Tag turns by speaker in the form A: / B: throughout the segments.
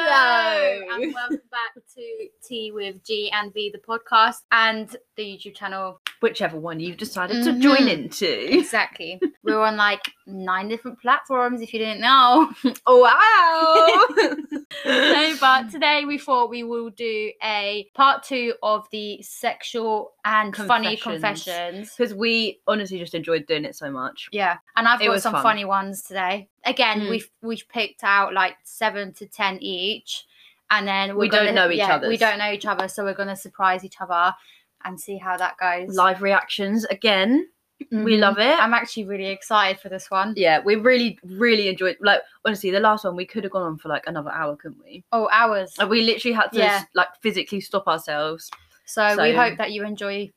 A: Hello.
B: and welcome back to Tea with G and V, the podcast and the YouTube channel.
A: Whichever one you've decided to join
B: Mhm.
A: into.
B: Exactly. We're on like nine different platforms if you didn't know.
A: Oh, Wow.
B: no, but today we thought we will do a part two of the sexual and funny
A: Confessions.
B: confessions.
A: Because we honestly just enjoyed doing it so much.
B: Yeah, and I've
A: It
B: got
A: was
B: some
A: fun.
B: funny ones today. Again,
A: Mm.
B: we've we've picked out like seven to ten each, and then we're
A: We don't
B: gonna-
A: know each
B: yeah, We
A: other's.
B: don't know each other, so we're gonna surprise each other and see how that goes.
A: Live reactions again. We love it.
B: I'm actually really excited for this one.
A: Mm-hmm. yeah, we really, really enjoyed. Like, honestly, the last one we could have gone on for like another hour, couldn't we?
B: Oh, hours.
A: Like, we literally had to
B: Yeah.
A: like physically stop ourselves.
B: So, we
A: so-
B: hope that you enjoy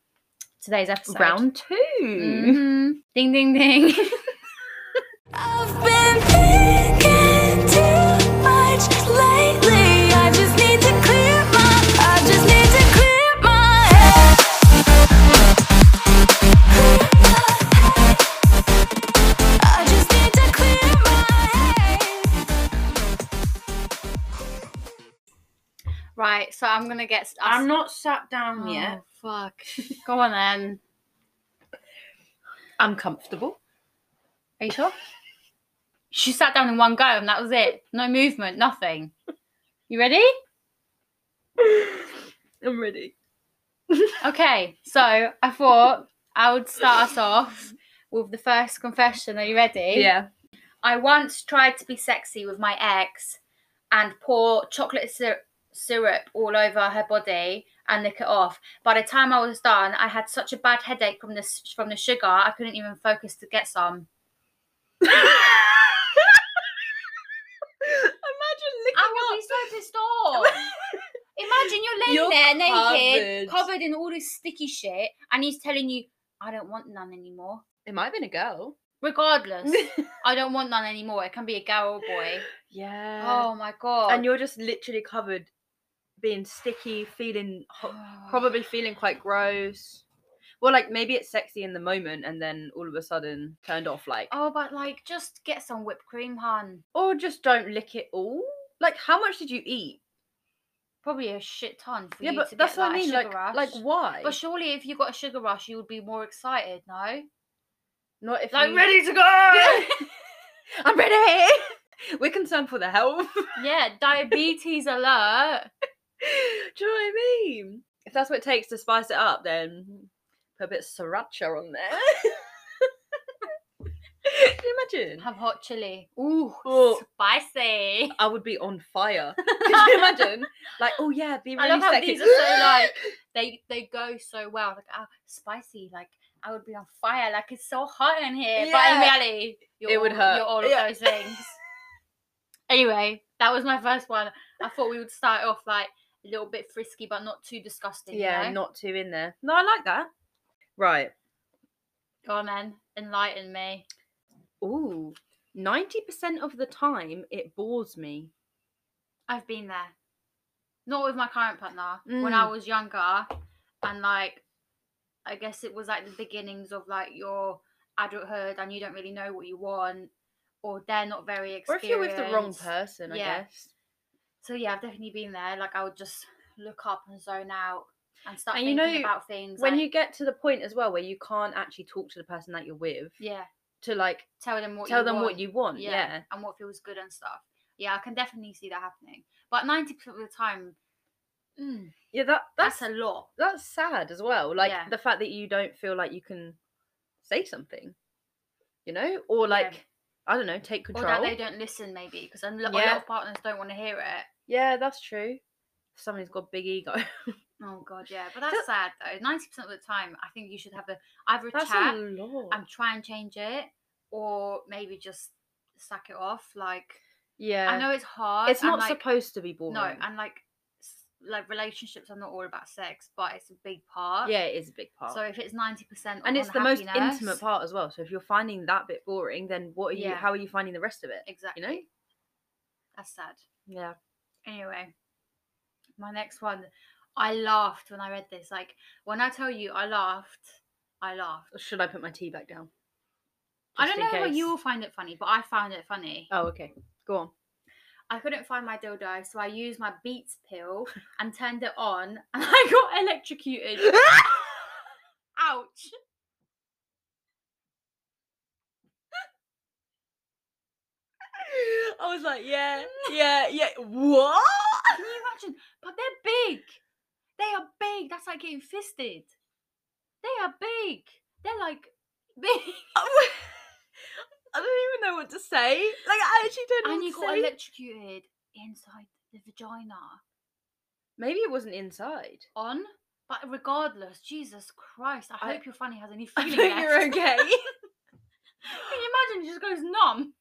B: today's episode.
A: Round 2 Mm-hmm.
B: Mhm. Ding ding ding.
C: I've been thinking too much lately. I just need to clear my. I just need to clear my head. I just need to clear my head.
B: right, so I'm gonna get. St-
D: I'm not sat down
B: Oh,
D: yet.
B: fuck. Go on then.
A: I'm comfortable.
B: Are you sure? She sat down in one go and that was it. No movement, nothing. You ready?
A: I'm ready.
B: Okay, so I thought I would start us off with the first confession. Are you ready?
A: Yeah.
B: I once tried to be sexy with my ex and pour chocolate syrup. Syrup all over her body and lick it off. By the time I was done, I had such a bad headache from the s- from the sugar. I couldn't even focus to get some.
A: Imagine licking
B: I would be so pissed off. Imagine you're laying
A: You're
B: there naked,
A: covered.
B: covered in all this sticky shit, and he's telling you, I don't want none anymore.
A: It might have been a girl.
B: Regardless, I don't want none anymore. It can be a girl or boy.
A: yeah.
B: Oh my god.
A: And you're just literally covered, being sticky, feeling hot,
B: Oh.
A: probably feeling quite gross. Well, like maybe it's sexy in the moment, and then all of a sudden turned off. Like,
B: Oh, but like, just get some whipped cream, hun.
A: or just don't lick it all. Like, how much did you eat?
B: Probably a shit ton for
A: Yeah,
B: you
A: but
B: to
A: that's
B: get
A: what
B: like, a
A: I mean.
B: sugar
A: Like,
B: rush.
A: like why?
B: But surely, if you got a sugar rush, you would be more excited, no?
A: Not if
B: Like
A: you-
B: ready to go.
A: I'm ready. We're concerned for the health.
B: yeah, diabetes alert.
A: Do you know what I mean? If that's what it takes to spice it up, then put a bit of sriracha on there. Can you imagine?
B: Have hot chili. Ooh,
A: Oh.
B: spicy.
A: I would be on fire. Could you imagine? Like, oh yeah, be
B: I
A: really
B: love how
A: sexy.
B: these are so like they they go so well. Like oh, spicy, like I would be on fire. Like it's so hot in here, but in
A: Yeah.
B: reality, you're
A: It would
B: all,
A: hurt.
B: You're all of
A: Yeah.
B: those things. anyway, that was my first one. I thought we would start off like a little bit frisky, but not too disgusting.
A: yeah,
B: you know?
A: not too in there. No, I like that. Right.
B: Go on then, enlighten me.
A: Ooh. 90% of the time it bores me.
B: I've been there. Not with my current partner. When I
A: Mm.
B: was younger, and like, I guess it was like the beginnings of like your adulthood, and you don't really know what you want, or they're not very
A: Or if
B: experienced.
A: you're with the wrong person, I
B: Yeah.
A: guess.
B: So yeah, I've definitely been there. Like I would just look up and zone out and start
A: And you
B: thinking
A: know,
B: about things.
A: When
B: like-
A: you get to the point as well where you can't actually talk to the person that you're with
B: yeah
A: to like
B: tell them what
A: tell
B: you
A: them
B: want.
A: what you want. Yeah.
B: and what feels good and stuff. Yeah, I can definitely see that happening. But ninety percent of the time, mm,
A: Yeah, that
B: that's,
A: that's
B: a lot.
A: that's sad as well. Like
B: Yeah.
A: the fact that you don't feel like you can say something. You know? Or like I don't know, take
B: or
A: control.
B: that they don't listen maybe because a, lo- a lot
A: Yeah.
B: of partners don't want to hear it
A: Yeah, that's true. Somebody's got a big ego.
B: oh god yeah but that's sad though 90% of the time i think you should have a either a
A: That's
B: chat
A: a lot.
B: and try and change it or maybe just sack it off like
A: yeah.
B: i know it's hard
A: it's
B: and,
A: not
B: like,
A: supposed to be boring.
B: no and like s- like relationships are not all about sex but it's a big part
A: yeah, it is a big part.
B: so if it's 90%
A: and
B: on
A: it's the most
B: happiness-
A: intimate part as well. So if you're finding that bit boring, then what are you
B: Yeah.
A: how are you finding the rest of it?
B: exactly
A: You know?
B: that's sad
A: Yeah.
B: Anyway, my next one. I laughed when I read this. Like when I tell you I laughed, I laughed.
A: Should I put my tea back down?
B: I
A: Just
B: don't
A: in
B: know how
A: case.
B: you will find it funny, but I found it funny.
A: Oh, okay. Go on.
B: I couldn't find my dildo, so I used my Beats pill and turned it on, and I got electrocuted. Ouch!
A: I was like, yeah, yeah, yeah. What?
B: Can you imagine? But they're big. They are big. That's like getting fisted. They are big. They're like big.
A: I don't even know what to say. Like, I actually don't know
B: and
A: what
B: you
A: to
B: got
A: say.
B: electrocuted inside the vagina.
A: Maybe it wasn't inside.
B: On. But regardless, Jesus Christ, I,
A: I-
B: hope your funny has any
A: I
B: feeling
A: hope
B: left.
A: you're okay.
B: Can you imagine? It just goes numb.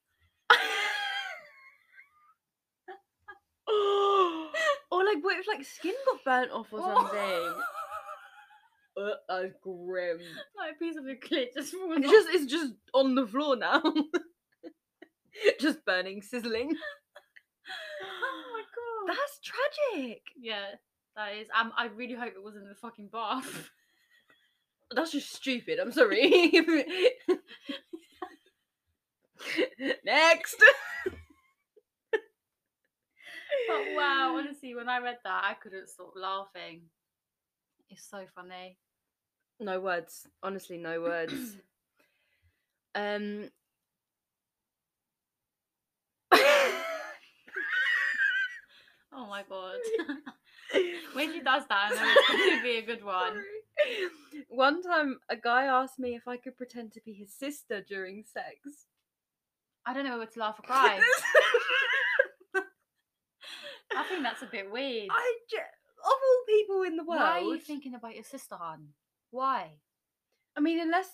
A: or like, what if like skin got burnt off or something? Uh, that's grim.
B: like a piece of your clit just falls
A: It's
B: off.
A: just, it's just on the floor now. just burning, sizzling.
B: Oh my god.
A: That's tragic.
B: yeah, that is. Um, I really hope it wasn't in the fucking bath.
A: That's just stupid. I'm sorry. Next.
B: but Oh, wow, honestly, when I read that, I couldn't stop laughing. It's so funny.
A: No words. Honestly, no words. um.
B: Oh my god. when she does that, I know it's going to be a good one.
A: Sorry. One time, a guy asked me if I could pretend to be his sister during sex.
B: I don't know whether to laugh or cry. I think that's a bit weird.
A: I ju- of all people in the world.
B: Why are you thinking about your sister, hon? Why?
A: I mean, unless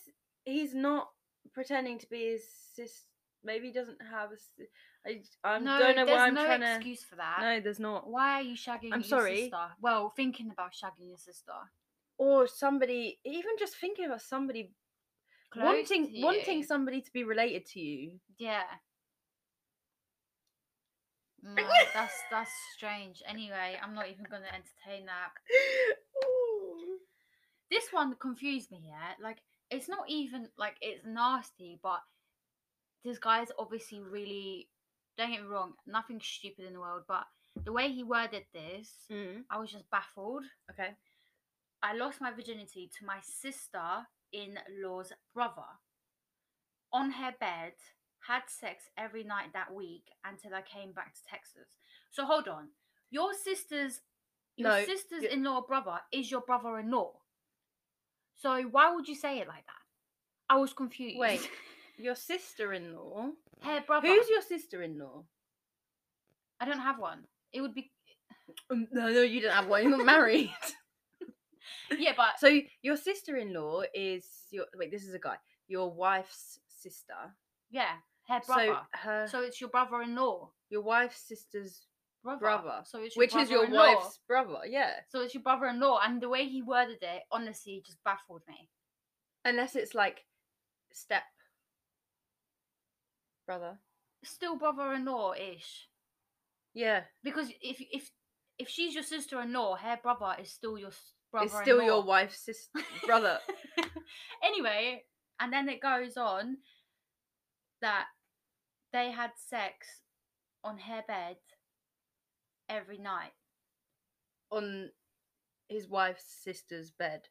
A: he's not pretending to be his sister, maybe he doesn't have a. si- I j- I don't know
B: there's
A: why I'm
B: no
A: trying to.
B: excuse for that.
A: No, there's not.
B: Why are you shagging
A: I'm
B: your
A: sorry.
B: sister? Well, thinking about shagging your sister.
A: Or somebody, even just thinking about somebody
B: Close
A: wanting
B: to
A: wanting
B: you.
A: somebody to be related to you.
B: Yeah. No, that's that's strange. Anyway, I'm not even gonna entertain that. This one confused me, yeah. Like it's not even like it's nasty, but this guy's obviously really don't get me wrong, nothing stupid in the world, but the way he worded this,
A: Mm.
B: I was just baffled.
A: Okay.
B: I lost my virginity to my sister in law's brother. On her bed, had sex every night that week until I came back to Texas. So hold on. Your sister's your
A: No,
B: sister's
A: y-
B: in law brother is your brother in law. So why would you say it like that? I was confused.
A: Wait. Your sister-in-law.
B: her brother.
A: Who's your sister-in-law?
B: I don't have one. It would be
A: Um, no, no, you don't have one. You're not married.
B: yeah, but
A: so your sister-in-law is your wait. This is a guy. Your wife's sister.
B: yeah, her brother.
A: So uh, her,
B: So, it's your brother in law.
A: your wife's sister's,
B: Brother.
A: Brother,
B: So it's your
A: which is your
B: brother-in-law.
A: wife's brother. Yeah.
B: So it's your brother-in-law, and the way he worded it, honestly, just baffled me.
A: Unless it's like step brother.
B: Still brother-in-law-ish,
A: Yeah.
B: because if if if she's your sister-in-law, her brother is still your s- brother-in-law.
A: It's still your wife's sister brother.
B: anyway, and then it goes on that they had sex on her bed every night.
A: on his wife's sister's bed.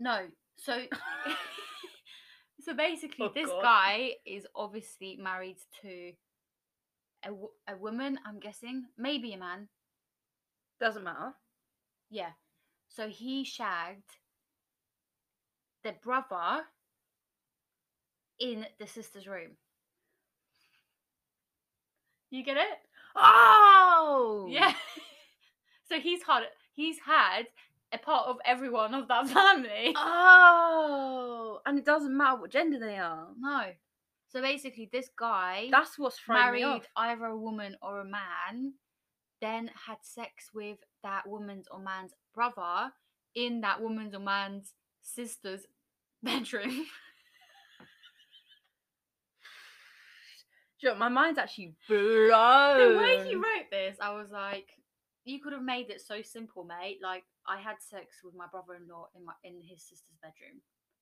B: No, so so basically,
A: Oh,
B: this
A: God.
B: guy is obviously married to a, wo- a woman. I'm guessing, maybe a man.
A: Doesn't matter.
B: Yeah. So he shagged the brother in the sister's room. You get it?
A: Oh
B: Yeah. so he's had he's had a part of everyone of that family.
A: Oh, and it doesn't matter what gender they are.
B: No. So basically, this guy
A: That's what's throwing me
B: married
A: off.
B: either a woman or a man, then had sex with that woman's or man's brother in that woman's or man's sister's bedroom.
A: Do you know, my mind's actually
B: the
A: blown.
B: way he wrote this, I was like, you could have made it so simple, mate. Like, I had sex with my brother-in-law in my in his sister's bedroom.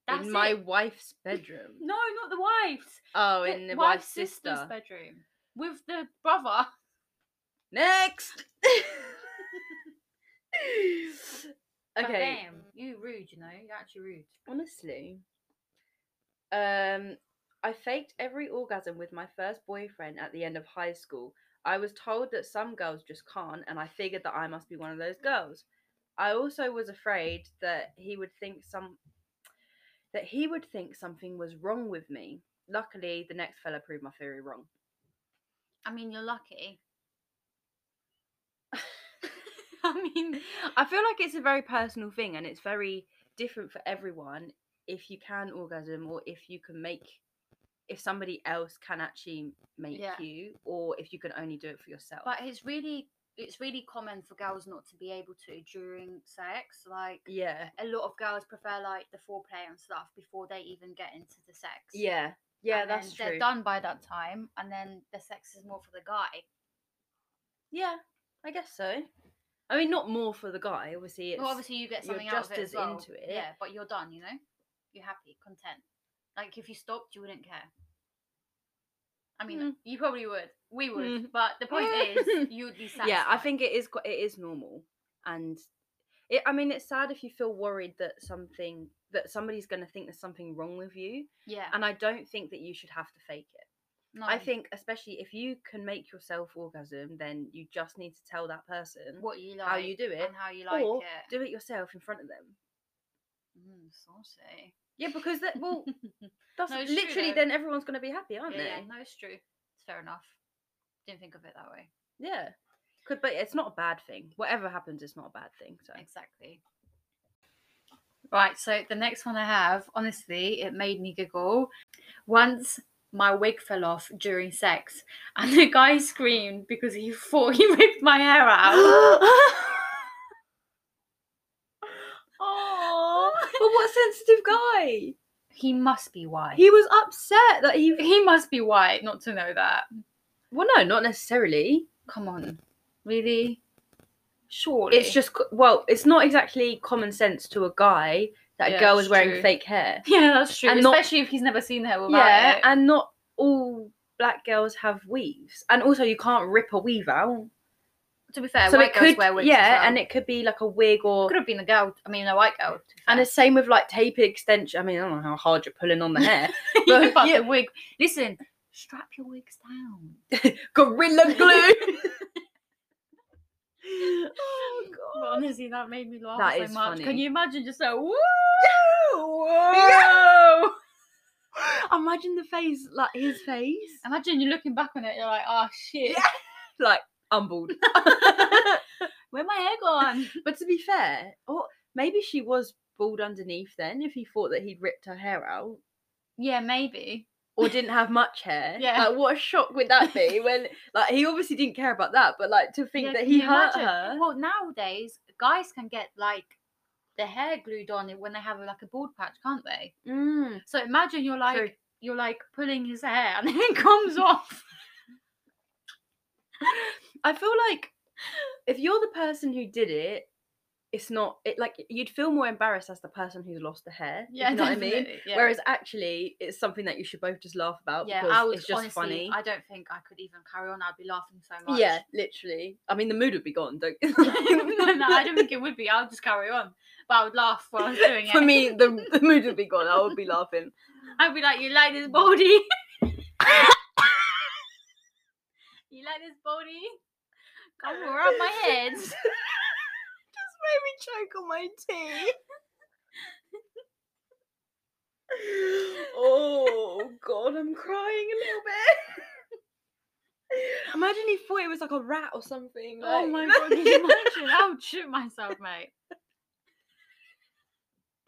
B: That's
A: in my
B: it.
A: wife's bedroom.
B: no, not the wife's.
A: Oh,
B: the
A: in the
B: wife's
A: wife's sister.
B: sister's bedroom. with the brother.
A: Next.
B: But
A: okay.
B: damn, you rude, you know. You're actually rude.
A: Honestly, um, I faked every orgasm with my first boyfriend at the end of high school. I was told that some girls just can't, and I figured that I must be one of those girls. I also was afraid that he would think some that he would think something was wrong with me. Luckily, the next fella proved my theory wrong.
B: I mean, you're lucky. I mean,
A: I feel like it's a very personal thing and it's very different for everyone if you can orgasm or if you can make if somebody else can actually make
B: Yeah.
A: you or if you can only do it for yourself.
B: but it's really it's really common for girls not to be able to during sex. Like
A: yeah.
B: a lot of girls prefer like the foreplay and stuff before they even get into the sex.
A: Yeah. Yeah,
B: And then
A: that's
B: They're
A: true.
B: done by that time, and then the sex is more for the guy.
A: Yeah, I guess so. I mean not more for the guy, obviously it's
B: well, obviously you get
A: you're
B: something out
A: just
B: of it
A: as
B: as well.
A: into it.
B: Yeah, but you're done. You know, you're happy, content. Like if you stopped, you wouldn't care. I mean,
A: Mm.
B: you probably would. We would.
A: Mm.
B: But the point is, you'd be satisfied.
A: Yeah, I think it is qui- it is normal, and it, I mean it's sad if you feel worried that something that somebody's going to think there's something wrong with you,
B: Yeah.
A: and I don't think that you should have to fake it.
B: no.
A: I think especially if you can make yourself orgasm, then you just need to tell that person
B: what you like,
A: how you do it,
B: and how you like
A: or
B: it.
A: do it yourself in front of them.
B: Mm, saucy.
A: Yeah, because that well, that's
B: No, it's true
A: literally
B: though.
A: then everyone's going to be happy,
B: yeah,
A: aren't
B: yeah,
A: they?
B: no, it's true. It's fair enough. Didn't think of it that way.
A: Yeah. Could, but it's not a bad thing. Whatever happens, it's not a bad thing. So
B: Exactly. Right, so the next one I have, honestly, it made me giggle. Once my wig fell off during sex, and the guy screamed because he thought he ripped my hair out.
A: Oh, but what sensitive guy!
B: he must be white.
A: He was upset that he.
B: he must be white not to know that.
A: Well, no, not necessarily.
B: Come on, really? Surely
A: It's just co- well, it's not exactly common sense to a guy that a
B: Yeah,
A: girl
B: it's
A: is wearing
B: true.
A: fake hair.
B: yeah, that's true.
A: and not-
B: Especially if he's never seen her without
A: yeah,
B: it.
A: and not all black girls have weaves, and also you can't rip a weave out.
B: to be fair,
A: so
B: white
A: it
B: girls
A: could,
B: wear wigs.
A: yeah, and it could be like a wig or.
B: could have been a girl. I mean, a white girl. to be
A: And
B: fair.
A: the same with like taper extension. I mean, I don't know how hard you're pulling on the hair.
B: You
A: but
B: fuck
A: yeah.
B: the wig. Listen, strap your wigs down.
A: Gorilla glue. oh
B: But honestly, that made me laugh
A: That
B: so
A: is
B: much. Can
A: funny.
B: you imagine just like woo?
A: Whoa! Imagine the face, like his face.
B: Imagine you're looking back on it, you're like, oh shit,
A: Yeah. Like, humbled.
B: where my hair gone?
A: but to be fair, or maybe she was bald underneath then if he thought that he'd ripped her hair out
B: yeah, maybe.
A: or didn't have much hair.
B: Yeah.
A: Like, what a shock would that be when, like, he obviously didn't care about that, but, like, to think
B: Yeah,
A: that
B: can
A: he
B: you
A: hurt
B: imagine?
A: her.
B: Well, nowadays guys can get like the hair glued on it when they have like a bald patch, can't they?
A: Mm.
B: So imagine you're like
A: True.
B: you're like pulling his hair and it comes off.
A: I feel like if you're the person who did it, it's not, it like, you'd feel more embarrassed as the person who's lost the hair. Yeah. You know what I mean?
B: definitely, yeah.
A: Whereas actually, it's something that you should both just laugh about
B: yeah,
A: because
B: I was
A: it's just
B: honestly,
A: funny.
B: I don't think I could even carry on. I'd be laughing so much.
A: Yeah, literally. I mean, the mood would be gone. Don't.
B: no, no, I don't think it would be. I'll just carry on, but I would laugh while I was doing it.
A: For me, the, the mood would be gone. I would be laughing.
B: I'd be like, "You like this body? you like this body? Come on, rub my head."
A: just made me choke on my tea. oh God, I'm crying a little bit. Imagine he thought it was like a rat or something.
B: Oh
A: like-
B: my god, can you imagine? I would shoot myself, mate.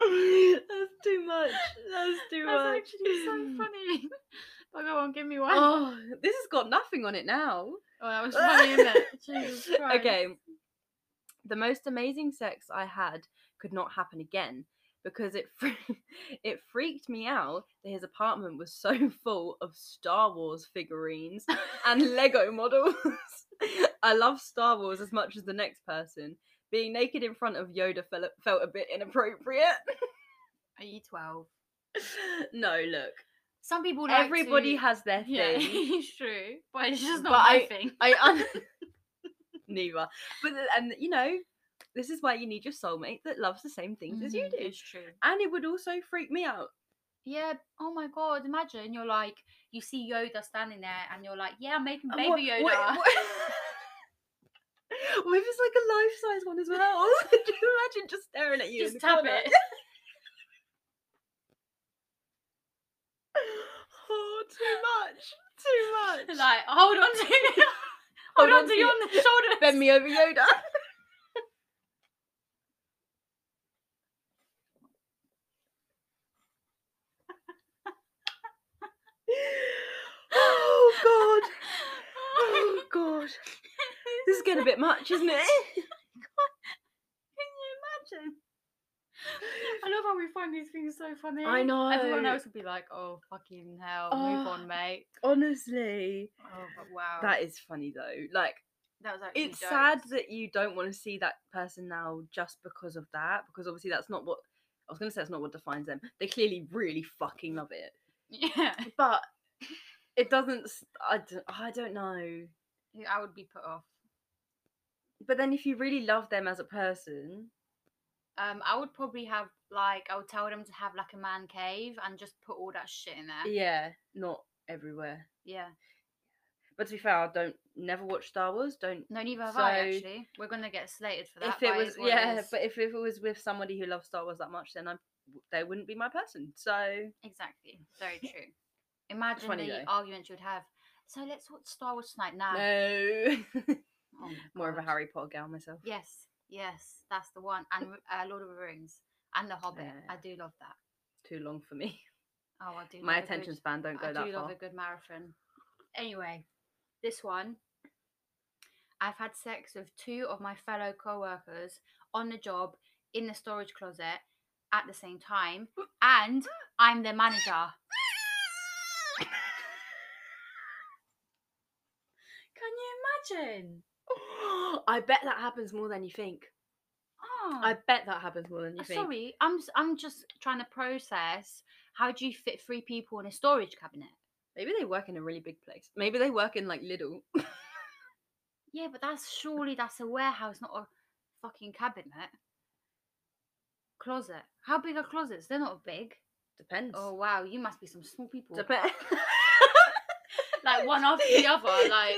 A: That's too much. That's too
B: That's
A: much.
B: actually so funny. But go on, give me one. Oh,
A: Oh, this has got nothing on it now.
B: that was funny, isn't it? Jesus Christ.
A: Okay. The most amazing sex I had could not happen again because it fre- it freaked me out that his apartment was so full of Star Wars figurines and Lego models. I love Star Wars as much as the next person. Being naked in front of Yoda fel- felt a bit inappropriate.
B: Are you twelve?
A: no, look.
B: Some people like
A: Everybody
B: to...
A: has their thing.
B: Yeah, it's true, but it's just not
A: But
B: my
A: I-
B: thing.
A: I un- neither. But th- and you know, this is why you need your soulmate that loves the same things as you
B: Mhm,
A: do.
B: It's true.
A: And it would also freak me out.
E: Yeah. Oh my god! Imagine you're like you see Yoda standing there, and you're like, "Yeah, I'm making
A: And
E: baby Yoda."
A: what- what- what- What if it's like a life-size one as well? Could you imagine just staring at you? in
B: Just
A: the
B: tap
A: corner?
B: it.
A: Oh, too much. Too much.
B: Like, hold on to me. hold on to your shoulder.
A: Bend me over Yoda. oh god. Oh god. This is getting a bit much, isn't it?
B: Can you imagine? I love how we find these things so funny.
A: I
B: Everyone
A: know.
B: else would be like, "Oh fucking hell, move
A: Oh.
B: on, mate."
A: Honestly.
B: Oh, but wow,
A: That is funny though. Like
B: that was actually
A: it's
B: jokes.
A: sad that you don't want to see that person now just because of that, because obviously that's not what I was gonna say that's not what defines them. They clearly really fucking love it.
B: Yeah,
A: but it doesn't s- I don't, I don't know
B: I would be put off.
A: but then if you really love them as a person
B: Um, I would probably have like I would tell them to have like a man cave and just put all that shit in there.
A: yeah not everywhere
B: Yeah.
A: but to be fair i don't never watch star wars don't
B: No, neither have I.
A: So-
B: Actually, we're gonna get slated for that.
A: if it
B: but
A: was
B: is what
A: yeah
B: is.
A: but if, if it was with somebody who loves star wars that much then i w- they wouldn't be my person so
B: exactly, very true. Imagine
A: funny
B: the
A: though.
B: arguments you'd have. So let's watch Star Wars tonight. Now,
A: no
B: Oh my
A: more of a
B: God.
A: harry potter gal myself
B: Yes, yes, that's the one, and uh, Lord of the Rings and The Hobbit. I do love that.
A: too long for me
B: Oh, I do.
A: my
B: love a good-
A: attention span don't go
B: I
A: that
B: do
A: far
B: love a good marathon. Anyway, this one. I've had sex with two of my fellow co-workers on the job in the storage closet at the same time, and I'm their manager. Can you imagine?
A: i bet that happens more than you think
B: Oh,
A: i bet that happens more than you
B: uh,
A: think
B: sorry. I'm s- I'm just trying to process. How do you fit three people in a storage cabinet?
A: Maybe they work in a really big place. Maybe they work in like Lidl.
B: Yeah, but that's surely that's a warehouse, not a fucking cabinet. Closet. How big are closets? They're not big.
A: Depends.
B: Oh wow, you must be some small people.
A: Depends.
B: like one after the other.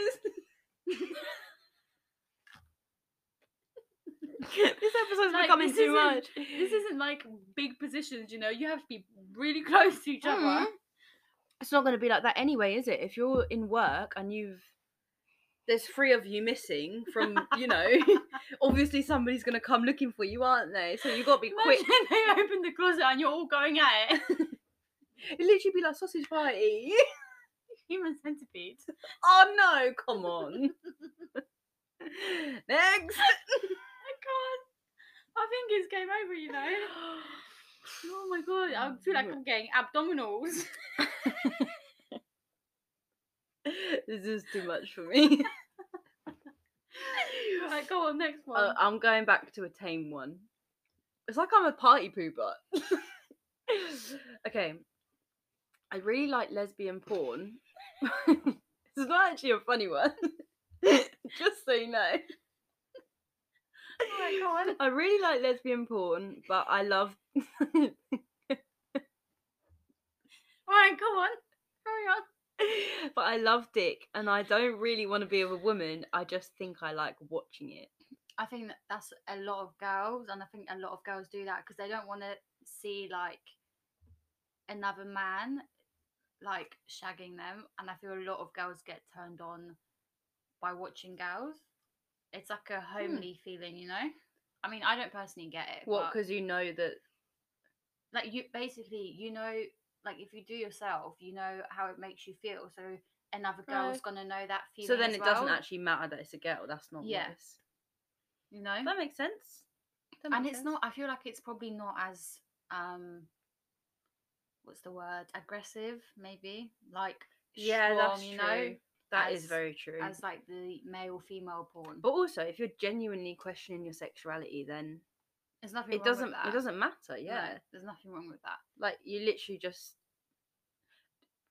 B: Like
A: this episode's
B: Like,
A: becoming
B: this
A: too
B: isn't-
A: much.
B: this isn't like big positions, you know. You have to be really close to each other.
A: Mhm. It's not going to be like that anyway, is it? If you're in work and you've there's three of you missing from, you know, obviously somebody's going to come looking for you, aren't they? So you've got to be quick.
B: Imagine they open the closet and you're all going at it.
A: It'd literally be like sausage party.
B: Human centipede.
A: oh no, come on. Next.
B: I can't. I think it's game over, you know. Oh my god, I feel like I'm getting abdominals.
A: this is too much for me.
B: right, go on, next one.
A: Uh, I'm going back to a tame one. It's like I'm a party pooper. okay. I really like lesbian porn. this is not actually a funny one. Just so you know. Oh
B: Right, go on.
A: I really like lesbian porn, but I love
B: Alright, go on. Carry on.
A: but I love dick and I don't really want to be with a woman. I just think I like watching it.
B: I think that that's a lot of girls, and I think a lot of girls do that because they don't want to see like another man like shagging them. And I feel a lot of girls get turned on by watching girls. It's like a
A: Hmm.
B: homely feeling, you know. I mean, I don't personally get it.
A: What?
B: but-
A: Because you know that
B: like you basically you know like if you do yourself you know how it makes you feel so another
A: Right.
B: girl's gonna know that feeling
A: So then
B: as
A: it doesn't
B: well,
A: actually matter that it's a girl. That's not
B: Yeah.
A: nice.
B: you know
A: That makes sense. That
B: and
A: makes
B: it's not i feel like it's probably not as um what's the word aggressive maybe like
A: Yeah, that's
B: strong,
A: true.
B: you know
A: That is
B: as-
A: very true. Oh,
B: as like the male female porn
A: But also, if you're genuinely questioning your sexuality, then
B: there's nothing
A: it
B: wrong with
A: doesn't.
B: that.
A: It doesn't matter.
B: No,
A: Yeah,
B: there's nothing wrong with that
A: like you literally just.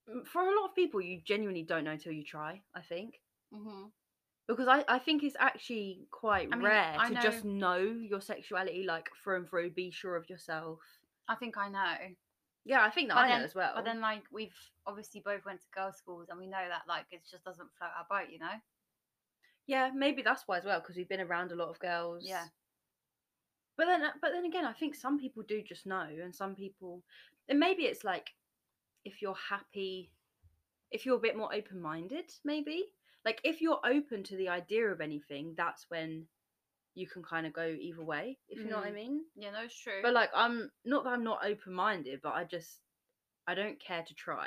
A: m- for a lot of people you genuinely don't know till you try i think
B: Mm-hmm.
A: because i, I think it's actually quite
B: I mean,
A: rare
B: I
A: to
B: know-
A: just know your sexuality like through and through be sure of yourself
B: I think I know.
A: yeah i think that
B: But
A: i
B: then-
A: know as well
B: But then, like, we've obviously both went to girls' schools, and we know that, like, it just doesn't float our boat, you know?
A: yeah maybe that's why as well because we've been around a lot of girls
B: Yeah.
A: but then uh, but then again i think some people do just know and some people and maybe it's like if you're happy if you're a bit more open-minded maybe like if you're open to the idea of anything that's when you can kind of go either way if you know what i
B: Mm.
A: mean
B: Yeah, no, it's true.
A: But like I'm not that I'm not open minded, but I just I don't care to try.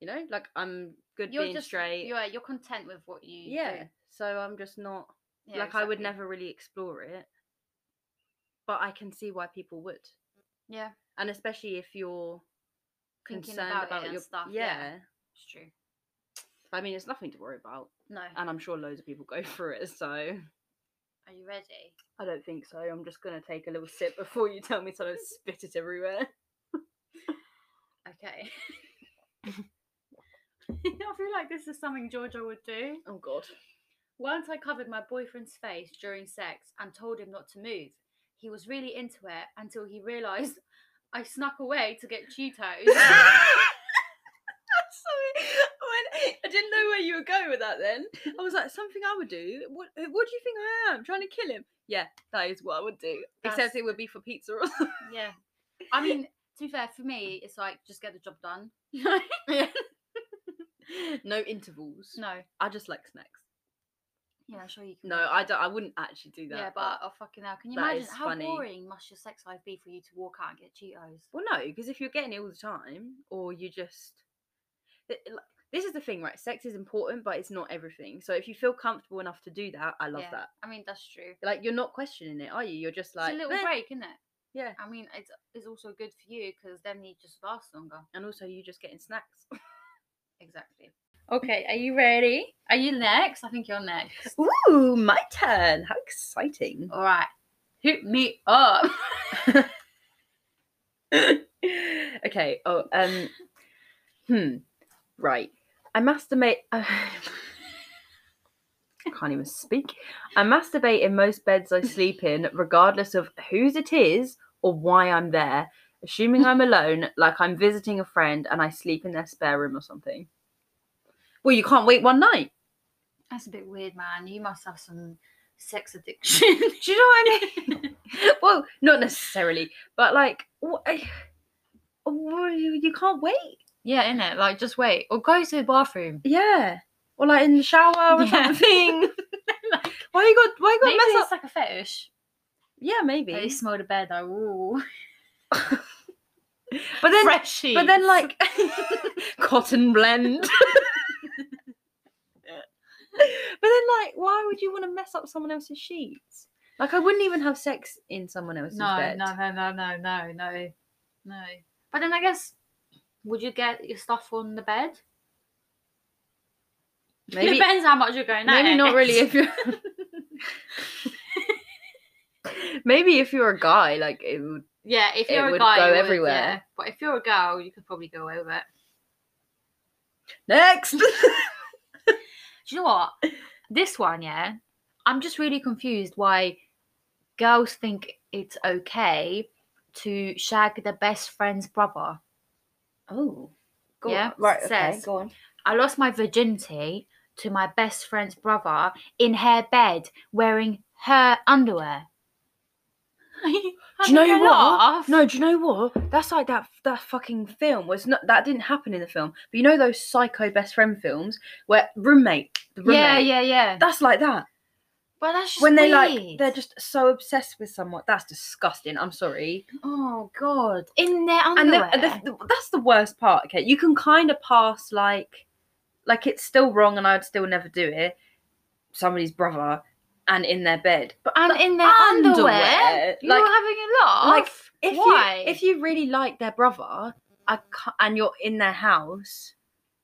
A: You know? Like I'm good
B: you're
A: being
B: just
A: straight.
B: You're, you're content with what you
A: yeah.
B: do.
A: So I'm just not
B: Yeah,
A: like I would
B: exactly.
A: never really explore it. But I can see why people would.
B: Yeah,
A: And especially if you're
B: Thinking
A: concerned
B: about it
A: about,
B: and
A: your
B: stuff,
A: Yeah.
B: yeah. it's true.
A: I mean it's nothing to worry about.
B: No,
A: And I'm sure loads of people go through it, so
B: are you ready?
A: I don't think so. I'm just gonna take a little sip before you tell me so I don't spit it everywhere.
B: Okay. I feel like this is something Georgia would do.
A: Oh god.
B: Once I covered my boyfriend's face during sex and told him not to move. He was really into it until he realised I snuck away to get Cheetos.
A: Sorry, when I didn't know where you were going with that. Then I was like, something I would do. What? uh, What do you think I am? Trying to kill him? Yeah, that is what I would do.
B: That's-
A: Except it would be for pizza or something.
B: yeah. I mean, to be fair, for me, it's like just get the job done.
A: no intervals.
B: No.
A: I just like snacks.
B: Yeah, I'm sure you can.
A: No,
B: work
A: I
B: it.
A: don't. I wouldn't actually do that.
B: Yeah, but oh fucking hell! Can you
A: that
B: imagine
A: is
B: how
A: funny.
B: boring must your sex life be for you to walk out and get Cheetos?
A: well, no, because if you're getting it all the time, or you just Th- l- this is the thing, right? Sex is important, but it's not everything. So if you feel comfortable enough to do that, I love
B: Yeah,
A: that.
B: I mean, that's true.
A: Like you're not questioning it, are you? You're just like
B: it's a little
A: "Meh."
B: break, isn't it?
A: Yeah.
B: I mean, it's it's also good for you because then you just last longer.
A: and also you just getting snacks.
B: Exactly.
F: Okay, are you ready?
B: Are you next? I think you're next.
A: Ooh, my turn. How exciting.
B: All right, hit me up.
A: okay. Oh, um, hmm. Right. I masturbate. I can't even speak. I masturbate in most beds I sleep in, regardless of whose it is or why I'm there. Assuming I'm alone, like I'm visiting a friend and I sleep in their spare room or something. Well, you can't wait one night.
B: That's a bit weird, man. You must have some sex addiction.
A: Do you know what I mean? well, not necessarily, but like, wh- I- wh- you you can't wait.
B: yeah, isn't it? Like, just wait or go to the bathroom.
A: Yeah. Or like in the shower or
B: Yeah.
A: something. why you got why you got
B: Maybe
A: mess
B: it's
A: up?
B: like a fetish.
A: Yeah, maybe.
B: They smell the bed though. Ooh,
A: But then
B: freshy.
A: but then like cotton blend. but then like why would you want to mess up someone else's sheets? Like I wouldn't even have sex in someone else's
B: no,
A: bed.
B: no, no, no, no, no, no, no. But then I guess, would you get your stuff on the bed?
A: Maybe
B: Depends how much you're going at
A: maybe
B: it.
A: not really if you're Maybe if you're a guy, like it would
B: yeah, if
A: it
B: you're a
A: would
B: guy,
A: go
B: you would,
A: everywhere.
B: yeah. But if you're a girl, you could probably go away with it.
A: next.
B: Do you know what? This one, yeah, I'm just really confused why girls think it's okay to shag their best friend's brother.
A: oh. Go
B: Yeah,
A: on. Right, okay,
B: says-
A: go on.
B: I lost my virginity to my best friend's brother in her bed wearing her underwear. do
A: do you know what? No, do you know what? That's like that that fucking film was not that didn't happen in the film. But you know those psycho best friend films where roommate, the roommate,
B: Yeah, yeah, yeah.
A: that's like that.
B: but that's just
A: when they like
B: weird.
A: they're just so obsessed with someone, that's disgusting. I'm sorry.
B: oh god in their
A: And
B: underwear.
A: the, the, that's the worst part. Okay, you can kind of pass like like it's still wrong, and I'd still never do it. Somebody's brother and in their bed, but
B: and in their underwear,
A: underwear,
B: you're
A: like-
B: having a laugh.
A: if
B: Why?
A: You, if you really like their brother I ca- and you're in their house,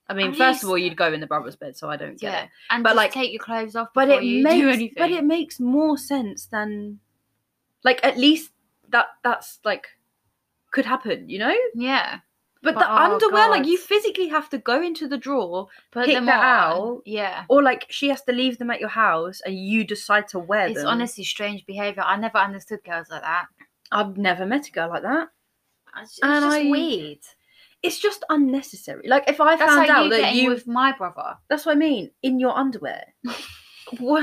A: I mean,
B: At
A: first of
B: least-
A: all, you'd go in the brother's bed, so I don't get
B: yeah,
A: it.
B: and
A: but,
B: just
A: like-
B: take your clothes off.
A: But
B: before
A: it
B: you do
A: makes
B: anything.
A: but it makes more sense than like at least that that's like could happen, you know.
B: yeah.
A: But
B: But
A: But, the
B: oh,
A: underwear, like
B: God.
A: you physically have to go into the drawer,
B: Put
A: Pick
B: them
A: that
B: on.
A: out.
B: Yeah.
A: or like she has to leave them at your house, and you decide to wear
B: It's
A: them.
B: honestly strange behavior. I never understood girls like that.
A: I've never met a girl like that.
B: It's, it's
A: And
B: just
A: I-
B: weird.
A: It's just unnecessary. Like if I
B: That's
A: found
B: like
A: out
B: you
A: that
B: getting
A: you,
B: with my brother.
A: that's what I mean, in your underwear. what?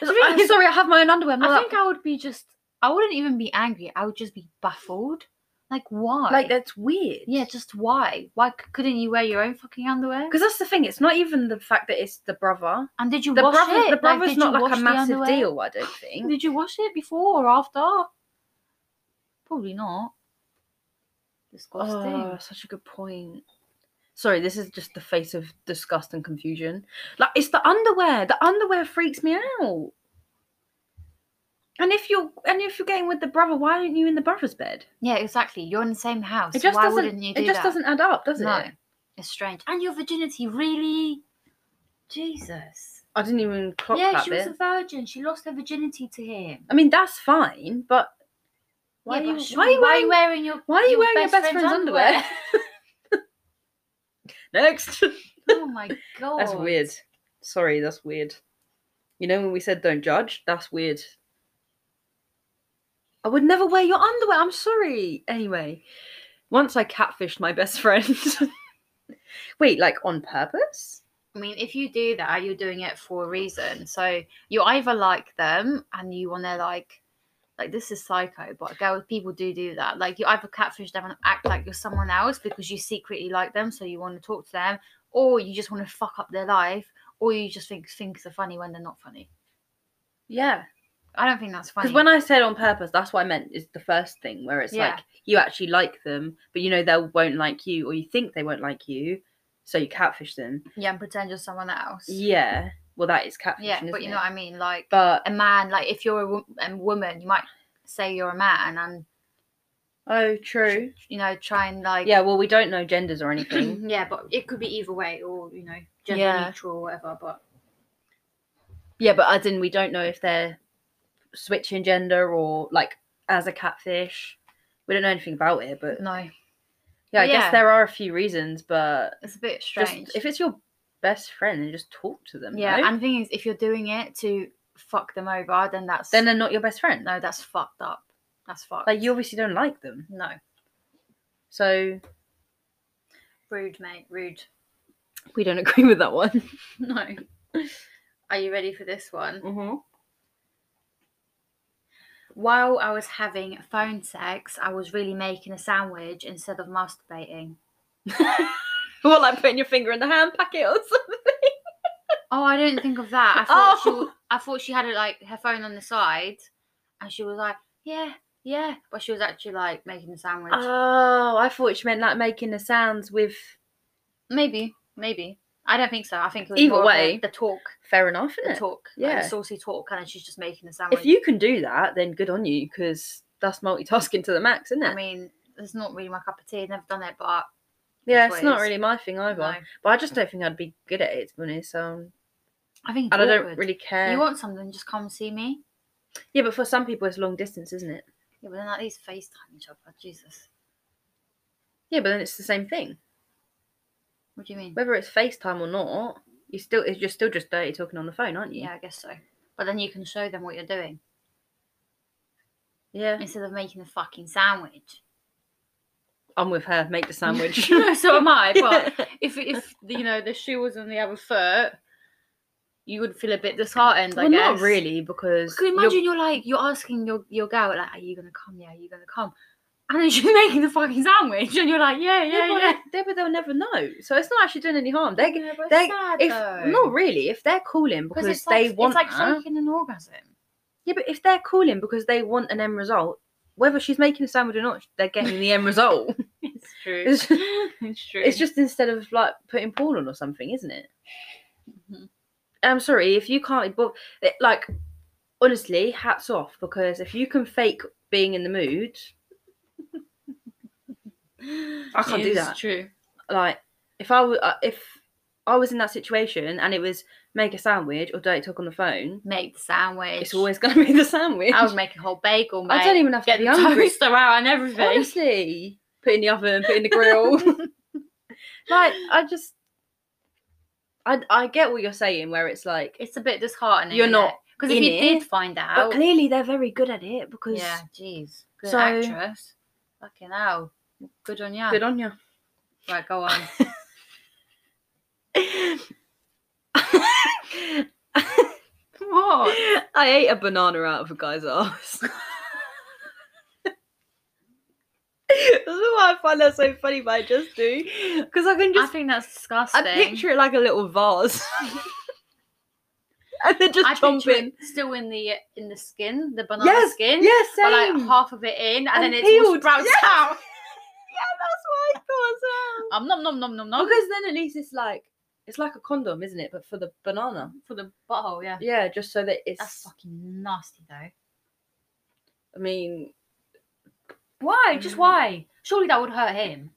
B: To be
A: I'm
B: honest,
A: sorry, I have my own underwear. I'm
B: I
A: not
B: think I would be just. I wouldn't even be angry. I would just be baffled. Like why?
A: like that's weird.
B: Yeah, just why? Why c- couldn't you wear your own fucking underwear?
A: Because that's the thing. It's not even the fact that it's the brother.
B: And did you
A: The
B: wash
A: brother,
B: it?
A: the brother's
B: did you
A: not like
B: wash
A: a
B: the
A: massive
B: underwear?
A: deal. I don't think.
B: Did you wash it before or after? Probably not. Disgusting.
A: Oh, such a good point. Sorry, this is just the face of disgust and confusion. Like it's the underwear. The underwear freaks me out. And if you're and if you're getting with the brother, why aren't you in the brother's bed?
B: yeah, exactly. You're in the same house.
A: It just
B: why
A: doesn't.
B: wouldn't you do
A: it just
B: that?
A: doesn't add up, does
B: No.
A: it?
B: It's strange. And your virginity, really? Jesus.
A: I didn't even clock
B: yeah,
A: that
B: she
A: bit.
B: was a virgin. She lost her virginity to him.
A: I mean, that's fine, but why,
B: Yeah,
A: are,
B: but
A: you,
B: sh-
A: why are you wearing?
B: wearing your
A: why are you
B: your
A: wearing your best friend's underwear? Next.
B: oh my god.
A: That's weird. Sorry, that's weird. You know when we said don't judge? That's weird. I would never wear your underwear. I'm sorry. Anyway, once I catfished my best friend. Wait, like on purpose?
B: I mean, if you do that, you're doing it for a reason. So you either like them and you want to like, like this is psycho, but girl, people do do that. Like you either catfish them and act like you're someone else because you secretly like them, so you want to talk to them, or you just want to fuck up their life, or you just think things are funny when they're not funny.
A: Yeah.
B: I don't think that's funny.
A: Because when I said on purpose, that's what I meant is the first thing where it's
B: Yeah.
A: like you actually like them, but you know they won't like you or you think they won't like you, so you catfish them.
B: yeah, and pretend you're someone else.
A: Yeah. Well, that is catfishing.
B: yeah, but
A: isn't
B: you
A: it?
B: know what I mean. Like
A: But
B: a man, like if you're a, wo- a woman, you might say you're a man and
A: oh, true.
B: you know try and like
A: Yeah, well, we don't know genders or anything.
B: yeah, but it could be either way, or you know, gender
A: Yeah.
B: neutral or whatever. But
A: yeah, but as in, we don't know if they're switching gender or like as a catfish. We don't know anything about it, but
B: no,
A: yeah, I
B: But yeah.
A: guess there are a few reasons. But
B: it's a bit
A: just
B: strange.
A: if it's your best friend, then just talk to them.
B: yeah,
A: no?
B: and the thing is, if you're doing it to fuck them over, then that's
A: then they're not your best friend.
B: no, that's fucked up. That's fucked.
A: Like you obviously don't like them,
B: no,
A: so
B: rude, mate, rude.
A: we don't agree with that one.
B: No. Are you ready for this one?
A: Mm-hmm.
B: While I was having phone sex, I was really making a sandwich instead of masturbating.
A: Well, like putting your finger in the hand packet or something.
B: Oh, I didn't think of that. I thought she,
A: Oh.
B: w- I thought she had it like her phone on the side, and she was like, "Yeah, yeah," but she was actually like making a sandwich.
A: Oh, I thought she meant like making the sounds with.
B: maybe, maybe. I don't think so. I think it was
A: Either
B: more of the-
A: way,
B: the, talk,
A: Fair enough,
B: the
A: isn't it?
B: talk, like,
A: Yeah.
B: the saucy talk, and she's just making a sandwich.
A: if you can do that, then good on you because that's multitasking to the max, isn't it?
B: I mean, it's not really my cup of tea. I've never done it, but
A: yeah,
B: that's
A: it's
B: what it
A: not
B: is.
A: really my thing either.
B: no.
A: But I just don't think I'd be good at it, to be honest. So,
B: I think. It's
A: and I don't
B: awkward.
A: really care.
B: You want something? Just come see me.
A: yeah, but for some people, it's long distance, isn't it?
B: Yeah, but then at least FaceTime each other. Jesus,
A: Yeah, but then it's the same thing.
B: what do you mean?
A: Whether it's FaceTime or not, you still it's- you're still just dirty talking on the phone, aren't you?
B: Yeah, I guess so. But then you can show them what you're doing
A: Yeah.
B: instead of making a fucking sandwich.
A: I'm with her. Make the sandwich.
B: no, so am I. But
A: yeah.
B: if if you know the shoe was on the other foot, you would feel a bit disheartened. I
A: Well,
B: guess
A: not really because
B: Could
A: you're-
B: imagine you're... like you're asking your your girl like, "Are you gonna come? Yeah, are you gonna come?" And then she's making the fucking sandwich, and you're like, "Yeah, yeah,
A: Yeah,
B: yeah."
A: but, yeah, but they'll never know. So it's not actually doing any harm. They're,
B: Yeah, but
A: they're
B: it's sad,
A: if
B: though.
A: not really if they're calling because
B: it's
A: they
B: like,
A: want
B: it's like
A: that,
B: faking an orgasm.
A: Yeah, but if they're calling because they want an end result, whether she's making a sandwich or not, they're getting the end result.
B: It's true.
A: It's just,
B: true.
A: it's just instead of like putting porn on or something, isn't it?
B: Mhm.
A: I'm sorry if you can't, but like honestly, hats off because if you can fake being in the mood, I can't do that.
B: It's true.
A: like if I w- uh, if I was in that situation and it was make a sandwich or dirty talk on the phone,
B: Make the sandwich.
A: it's always gonna be the sandwich.
B: I would make a whole bagel. Mate.
A: I don't even have to
B: get
A: be
B: the
A: hungry.
B: toaster out and everything.
A: Honestly, put in the oven, put in the grill. like I just, I I get what you're saying, where it's like,
B: It's a bit disheartening.
A: You're not
B: because if
A: in
B: you
A: it,
B: did find out,
A: but clearly they're very good at it because
B: yeah, jeez, good
A: So-
B: actress, fucking hell, good on you.
A: good on you.
B: Right, go on. what?
A: I ate a banana out of a guy's ass. This is why I find that so funny, but I just do because I can
B: I
A: just
B: think that's
A: I,
B: disgusting.
A: picture it like a little vase, and then just
B: I picture
A: chomping.
B: it still in the in the skin, the banana
A: Yes,
B: skin.
A: yes,
B: But
A: same.
B: like half of it in, and,
A: And
B: then it all
A: peeled.
B: sprouts
A: Yes.
B: out.
A: yeah, that's what I thought as well.
B: Um, nom nom nom nom nom.
A: Because Oh, then at least it's like it's like a condom, isn't it? But for the banana.
B: for the butthole, yeah.
A: Yeah, just so that it's.
B: That's fucking nasty though.
A: I mean,
B: Why? Just
A: Mm.
B: why? Surely that would hurt him.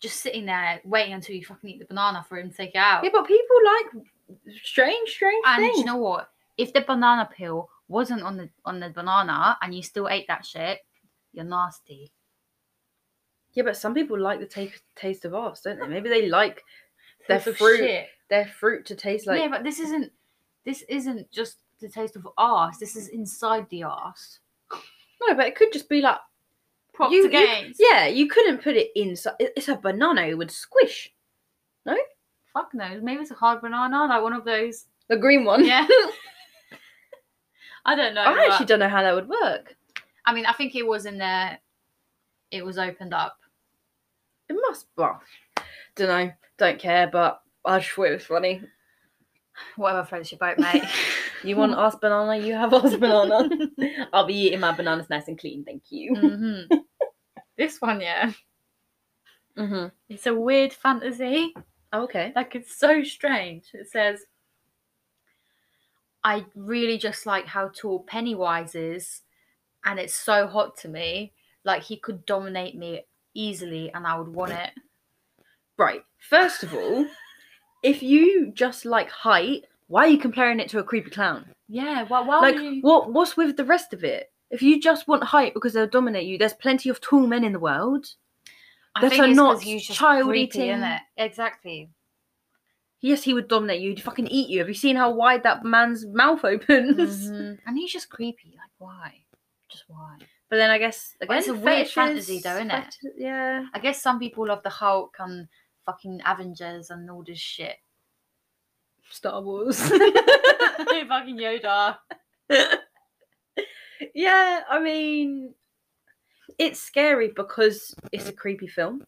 B: Just sitting there waiting until you fucking eat the banana for him to take it out.
A: yeah, but people like strange, strange
B: and
A: things.
B: you know what? If the banana peel wasn't on the on the banana and you still ate that shit, you're nasty.
A: yeah, but some people like the ta- taste of arse, don't they? Maybe they like They're
B: Piece of
A: fruit,
B: shit.
A: their fruit to taste like.
B: yeah, but this isn't this isn't just the taste of arse. This is inside the arse.
A: no, but it could just be like.
B: Propped
A: You- you-
B: against.
A: Yeah, you couldn't put it inside. it- It's a banana; it would squish
B: Fuck no. Maybe it's a hard banana, like one of those.
A: the green one.
B: Yeah. I don't know.
A: I
B: but-
A: actually don't know how that would work.
B: I mean, I think it was in there. It was opened up.
A: It must. Well, don't know. Don't care. But I just thought it was funny.
B: Whatever floats your boat, mate.
A: You want us banana? You have us banana. I'll be eating my bananas nice and clean, thank you.
B: Mhm. This one, yeah,
A: Mm-hmm.
B: it's a weird fantasy.
A: Okay.
B: Like it's so strange. It says, "I really just like how tall Pennywise is, and it's so hot to me. Like he could dominate me easily, and I would want it."
A: Right. First of all, if you just like height, why are you comparing it to a creepy clown?
B: Yeah. Well, why
A: Like,
B: would you?
A: what? What's with the rest of it? If you just want height because they'll dominate you, there's plenty of tall men in the world.
B: I
A: that
B: think
A: are
B: it's
A: not
B: 'cause you're just
A: child
B: creepy,
A: eating.
B: innit? Exactly.
A: Yes, he would dominate you. He'd fucking eat you. Have you seen how wide that man's mouth opens?
B: Mhm. And he's just creepy. Like, why? Just why?
A: But then I guess
B: Well,
A: again,
B: it's a weird fantasy though,
A: fetishes,
B: innit?
A: feti- yeah.
B: I guess some people love the Hulk and fucking Avengers and all this shit.
A: Star Wars.
B: fucking Yoda.
A: yeah, I mean, it's scary because it's a creepy film.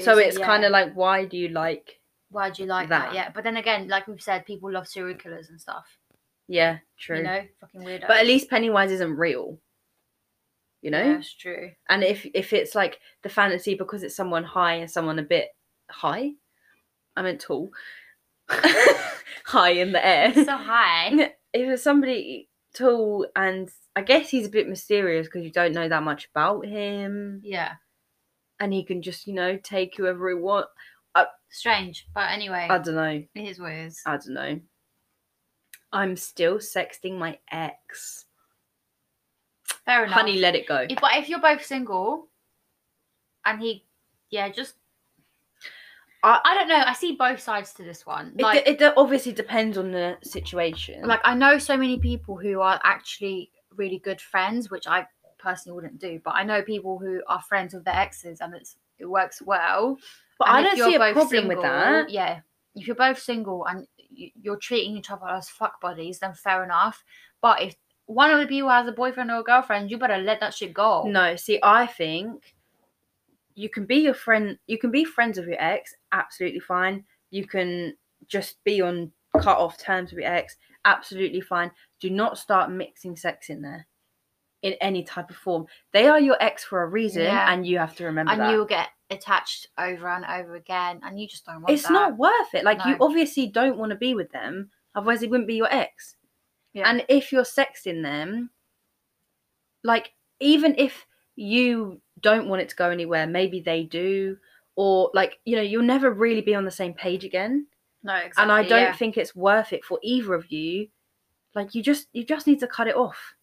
A: so it's kind of like, why do you like?
B: why do you like that?
A: that.
B: Yeah, but then again, like we've said, people love serial killers and stuff.
A: Yeah, true.
B: You know, fucking weirdo.
A: but at least Pennywise isn't real. You know,
B: that's true.
A: and if if it's like the fantasy because it's someone high and someone a bit high, I meant tall, high in the air.
B: It's so high.
A: if it's somebody tall and I guess he's a bit mysterious because you don't know that much about him,
B: yeah,
A: and he can just you know take whoever he wants.
B: strange. But anyway,
A: I don't know.
B: it is what it is.
A: I don't know. I'm still sexting my ex.
B: Fair enough.
A: Honey, let it go.
B: If- but if you're both single, and he, yeah, just. I,
A: I-
B: I don't know. I see both sides to this one.
A: It,
B: Like,
A: de- it de- obviously depends on the situation.
B: like I know so many people who are actually really good friends, which I personally wouldn't do, but I know people who are friends with their exes and it's it works well.
A: but
B: And
A: I
B: if
A: don't
B: you're
A: see a
B: both
A: problem with
B: single-
A: that.
B: Yeah, if you're both single and y- you're treating each other as fuck buddies, then fair enough. But if one of the people has a boyfriend or a girlfriend, you better let that shit go.
A: No, see, I think you can be your friend. You can be friends with your ex. Absolutely fine. You can just be on cut off terms with your ex. Absolutely fine. Do not start mixing sex in there in any type of form. They are your ex for a reason,
B: Yeah.
A: and you have to remember
B: and
A: that.
B: you will get attached over and over again, and you just don't want
A: it's
B: that.
A: not worth it. Like you
B: No.
A: obviously don't want to be with them, otherwise it wouldn't be your ex.
B: Yeah.
A: And if you're sexting them, like even if you don't want it to go anywhere, maybe they do, or like you know, you'll never really be on the same page again.
B: no, exactly,
A: And I don't
B: yeah.
A: think it's worth it for either of you. Like you just you just need to cut it off.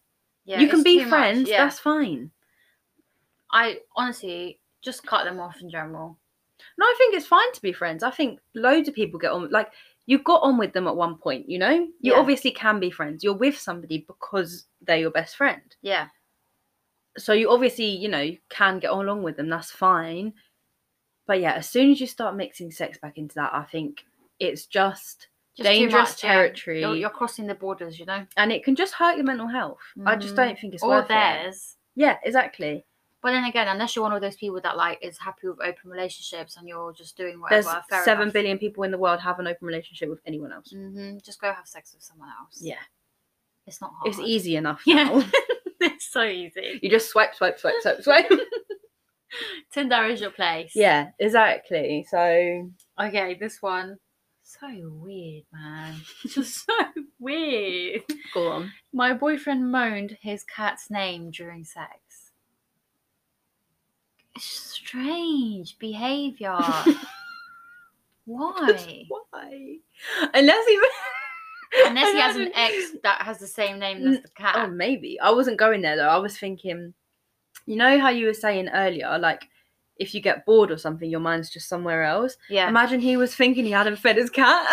B: Yeah,
A: you can
B: it's
A: be
B: too much,
A: friends,
B: yeah.
A: that's fine.
B: I honestly just cut them off in general.
A: No, I think it's fine to be friends. I think loads of people get on. Like you got on with them at one point, you know. You
B: Yeah.
A: obviously can be friends. You're with somebody because they're your best friend.
B: Yeah.
A: So you obviously, you know, you can get along with them. That's fine. But yeah, as soon as you start mixing sex back into that, I think it's just
B: Just too
A: Dangerous
B: yeah. You're- You're,
A: territory.
B: crossing the borders, you know.
A: and it can just hurt your mental health. I just
B: Mhm.
A: don't think it's
D: or
A: worth it.
D: theirs.
A: Yeah, exactly.
B: But then again, unless you're one of those people that like is happy with open relationships and you're just doing whatever,
A: There's
B: fair
A: seven billion people in the world have an open relationship with anyone else.
B: Mm-hmm. Just go have sex with someone else.
A: Yeah,
B: It's not hard.
A: it's easy enough.
B: Yeah.
A: now.
B: it's so easy.
A: you just swipe, swipe, swipe, swipe, swipe.
B: Tinder is your place.
A: yeah, exactly. So
B: Okay, this one. So weird, man. Just so weird.
A: go on.
B: My boyfriend moaned his cat's name during sex. Strange behavior. Why?
A: Why? Unless he.
B: Unless he has an
A: I
B: ex that has the same name as the cat.
A: Oh, maybe. I wasn't going there though. I was thinking, you know how you were saying earlier, like if you get bored or something, your mind's just somewhere else.
B: yeah.
A: Imagine he was thinking he hadn't fed his cat.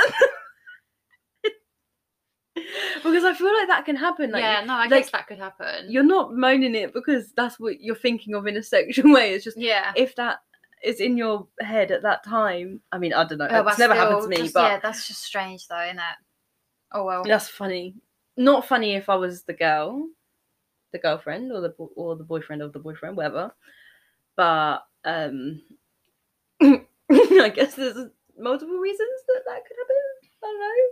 A: because I feel like that can happen. Like,
B: yeah, no, I
A: like,
B: guess that could happen.
A: You're not moaning it because that's what you're thinking of in a sexual way. It's just
B: yeah.
A: if that is in your head at that time. I mean, I don't know.
B: Oh,
A: it's
B: but
A: never happened to
B: still,
A: me,
B: just-
A: but
B: yeah, that's just strange though, isn't it? Oh well.
A: That's funny. Not funny if I was the girl, the girlfriend, or the bo- or the boyfriend of the boyfriend, whatever. But um, I guess there's multiple reasons that that could happen. I don't know.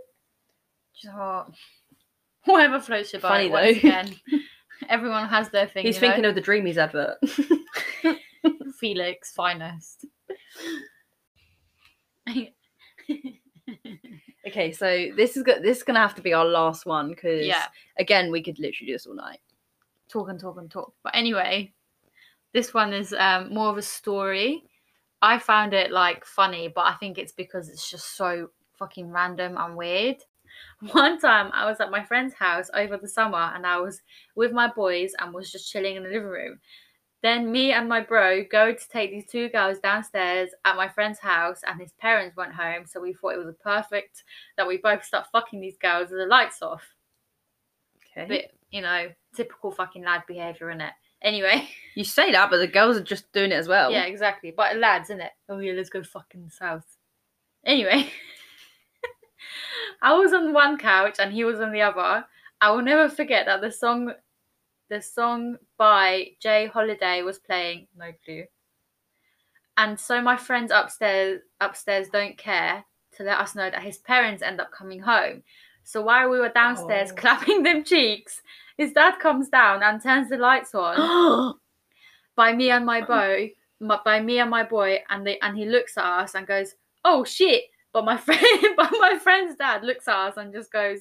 B: Just what? Whatever floats your boat.
A: Funny,
B: once
A: though.
B: again. everyone has their thing.
A: He's
B: you
A: thinking
B: know?
A: of the Dreamies advert.
B: Felix finest.
A: okay, so this is go- this is gonna have to be our last one because
B: Yeah.
A: again, we could literally do this all night.
B: talk and talk and talk. But anyway, this one is um, more of a story. I found it like funny, but I think it's because it's just so fucking random and weird. One time I was at my friend's house over the summer and I was with my boys and was just chilling in the living room. Then me and my bro go to take these two girls downstairs at my friend's house and his parents went home, so we thought it was perfect that we both start fucking these girls with the lights off
A: Okay,
B: bit, you know, typical fucking lad behaviour in it. Anyway,
A: you say that, but the girls are just doing it as well.
B: yeah, exactly. But lads, in it. Oh yeah, let's go fucking south. Anyway, I was on one couch and he was on the other. I will never forget that the song, the song by Jay Holiday was playing. No clue. And so my friends upstairs upstairs don't care to let us know that his parents end up coming home. So while we were downstairs
A: Oh.
B: clapping them cheeks, his dad comes down and turns the lights on by me and my boy, my, by me and my boy, and they and he looks at us and goes, "Oh shit!" But my friend, but my friend's dad looks at us and just goes,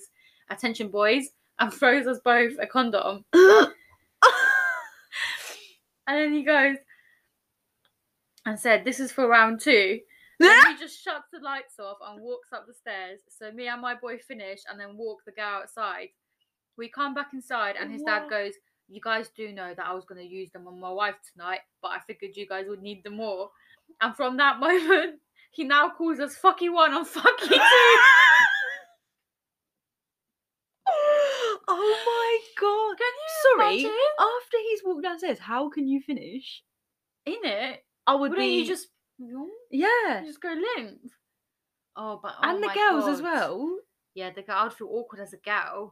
B: "Attention, boys!" and throws us both a condom.
A: Oh
B: And then he goes and said, "This is for round two. And he just shuts the lights off and walks up the stairs. So me and my boy finish and then walk the girl outside. We come back inside and his dad
A: What?
B: goes, You guys do know that I was gonna use them on my wife tonight, but I figured you guys would need them more. And from that moment, he now calls us fucky one and fucky two.
A: oh my god. Sorry,
B: Imagine?
A: after he's walked downstairs, how can you finish?
B: In it.
A: I would
B: Wouldn't
A: be
B: you just you
A: yeah,
B: just go limp? Oh but oh
A: and the
B: my
A: girls as
B: God.
A: well.
B: Yeah, the girl I'd feel awkward as a girl. Um,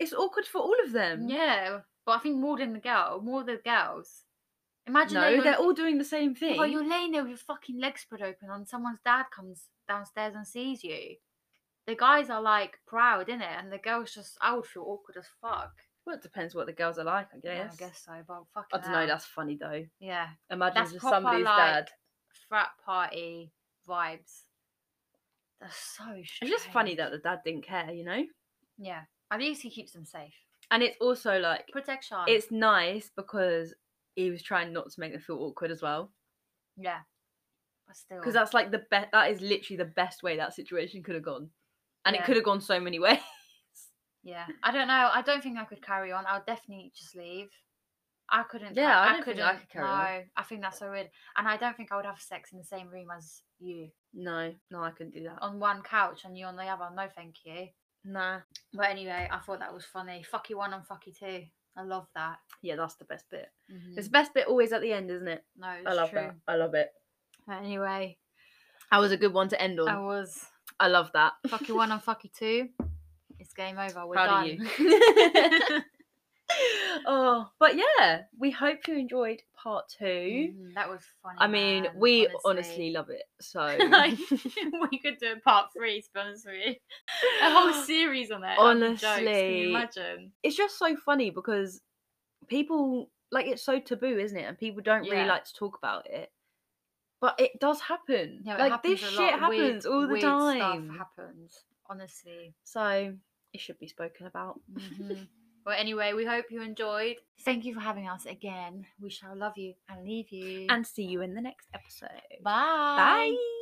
A: It's awkward for all of them.
B: Yeah, but I think more than the girl, more the girls. Imagine though
A: no,
B: you're-
A: they're all doing the same thing.
B: Well, Oh, you're laying there with your fucking legs spread open, and someone's dad comes downstairs and sees you. The guys are like proud, innit? And the girls just, I would feel awkward as fuck.
A: Well, it depends what the girls are like, I
B: Yeah,
A: guess.
B: I guess so, but fucking.
A: I don't know.
B: hell.
A: That's funny though.
B: yeah,
A: Imagine
B: That's
A: just
B: proper,
A: somebody's
B: like,
A: dad.
B: frat party vibes. That's so. Strange.
A: It's just funny that the dad didn't care, you know.
B: Yeah, at least he keeps them safe.
A: And it's also like
B: Protection.
A: it's nice because he was trying not to make them feel awkward as well.
B: yeah, but still.
A: because that's like the best that is literally the best way that situation could have gone and it
B: Yeah.
A: could have gone so many ways
B: Yeah, I don't know. I don't think I could carry on. I'll definitely just leave. I couldn't. ca-
A: Yeah, I
B: I,
A: don't think
B: couldn't.
A: I could carry
B: no,
A: on.
B: I think that's so weird. And I don't think I would have sex in the same room as you.
A: No, no, I couldn't do that.
B: On one couch and you on the other. No, thank you.
A: Oh, Nah.
B: But anyway, I thought that was funny. Fucky one and fucky two. I love that.
A: Yeah, that's the best bit.
B: Mhm.
A: It's the best bit always at the end, isn't it?
B: No, it's
A: Mm-hmm. I love
B: true.
A: that. I love it.
B: But anyway,
A: That was a good one to end on.
B: I was
A: I love that.
B: fucky one and fucky two. It's game over. We're
A: Proud
B: done.
A: of you. oh, but yeah, we hope you enjoyed part 2
B: Mhm, That was funny.
A: I mean,
B: man,
A: we Mm. honestly. love it. So
B: Like, we could do a part three, to be honest with you. A whole series on it. and jokes, can
A: Honestly.
B: you imagine?
A: it's just so funny because people like it's so taboo, isn't it? And people don't
B: Yeah.
A: really like to talk about it. But it does happen.
B: Yeah, it
A: like
B: happens
A: this
B: a
A: shit
B: lot. Weird-
A: happens all the
B: weird
A: time.
B: Stuff happens, honestly.
A: so it should be spoken about.
B: Mhm. well, anyway, we hope you enjoyed. Thank you for having us again. We shall love you and leave you.
A: And see you in the next episode.
B: bye.
A: Bye.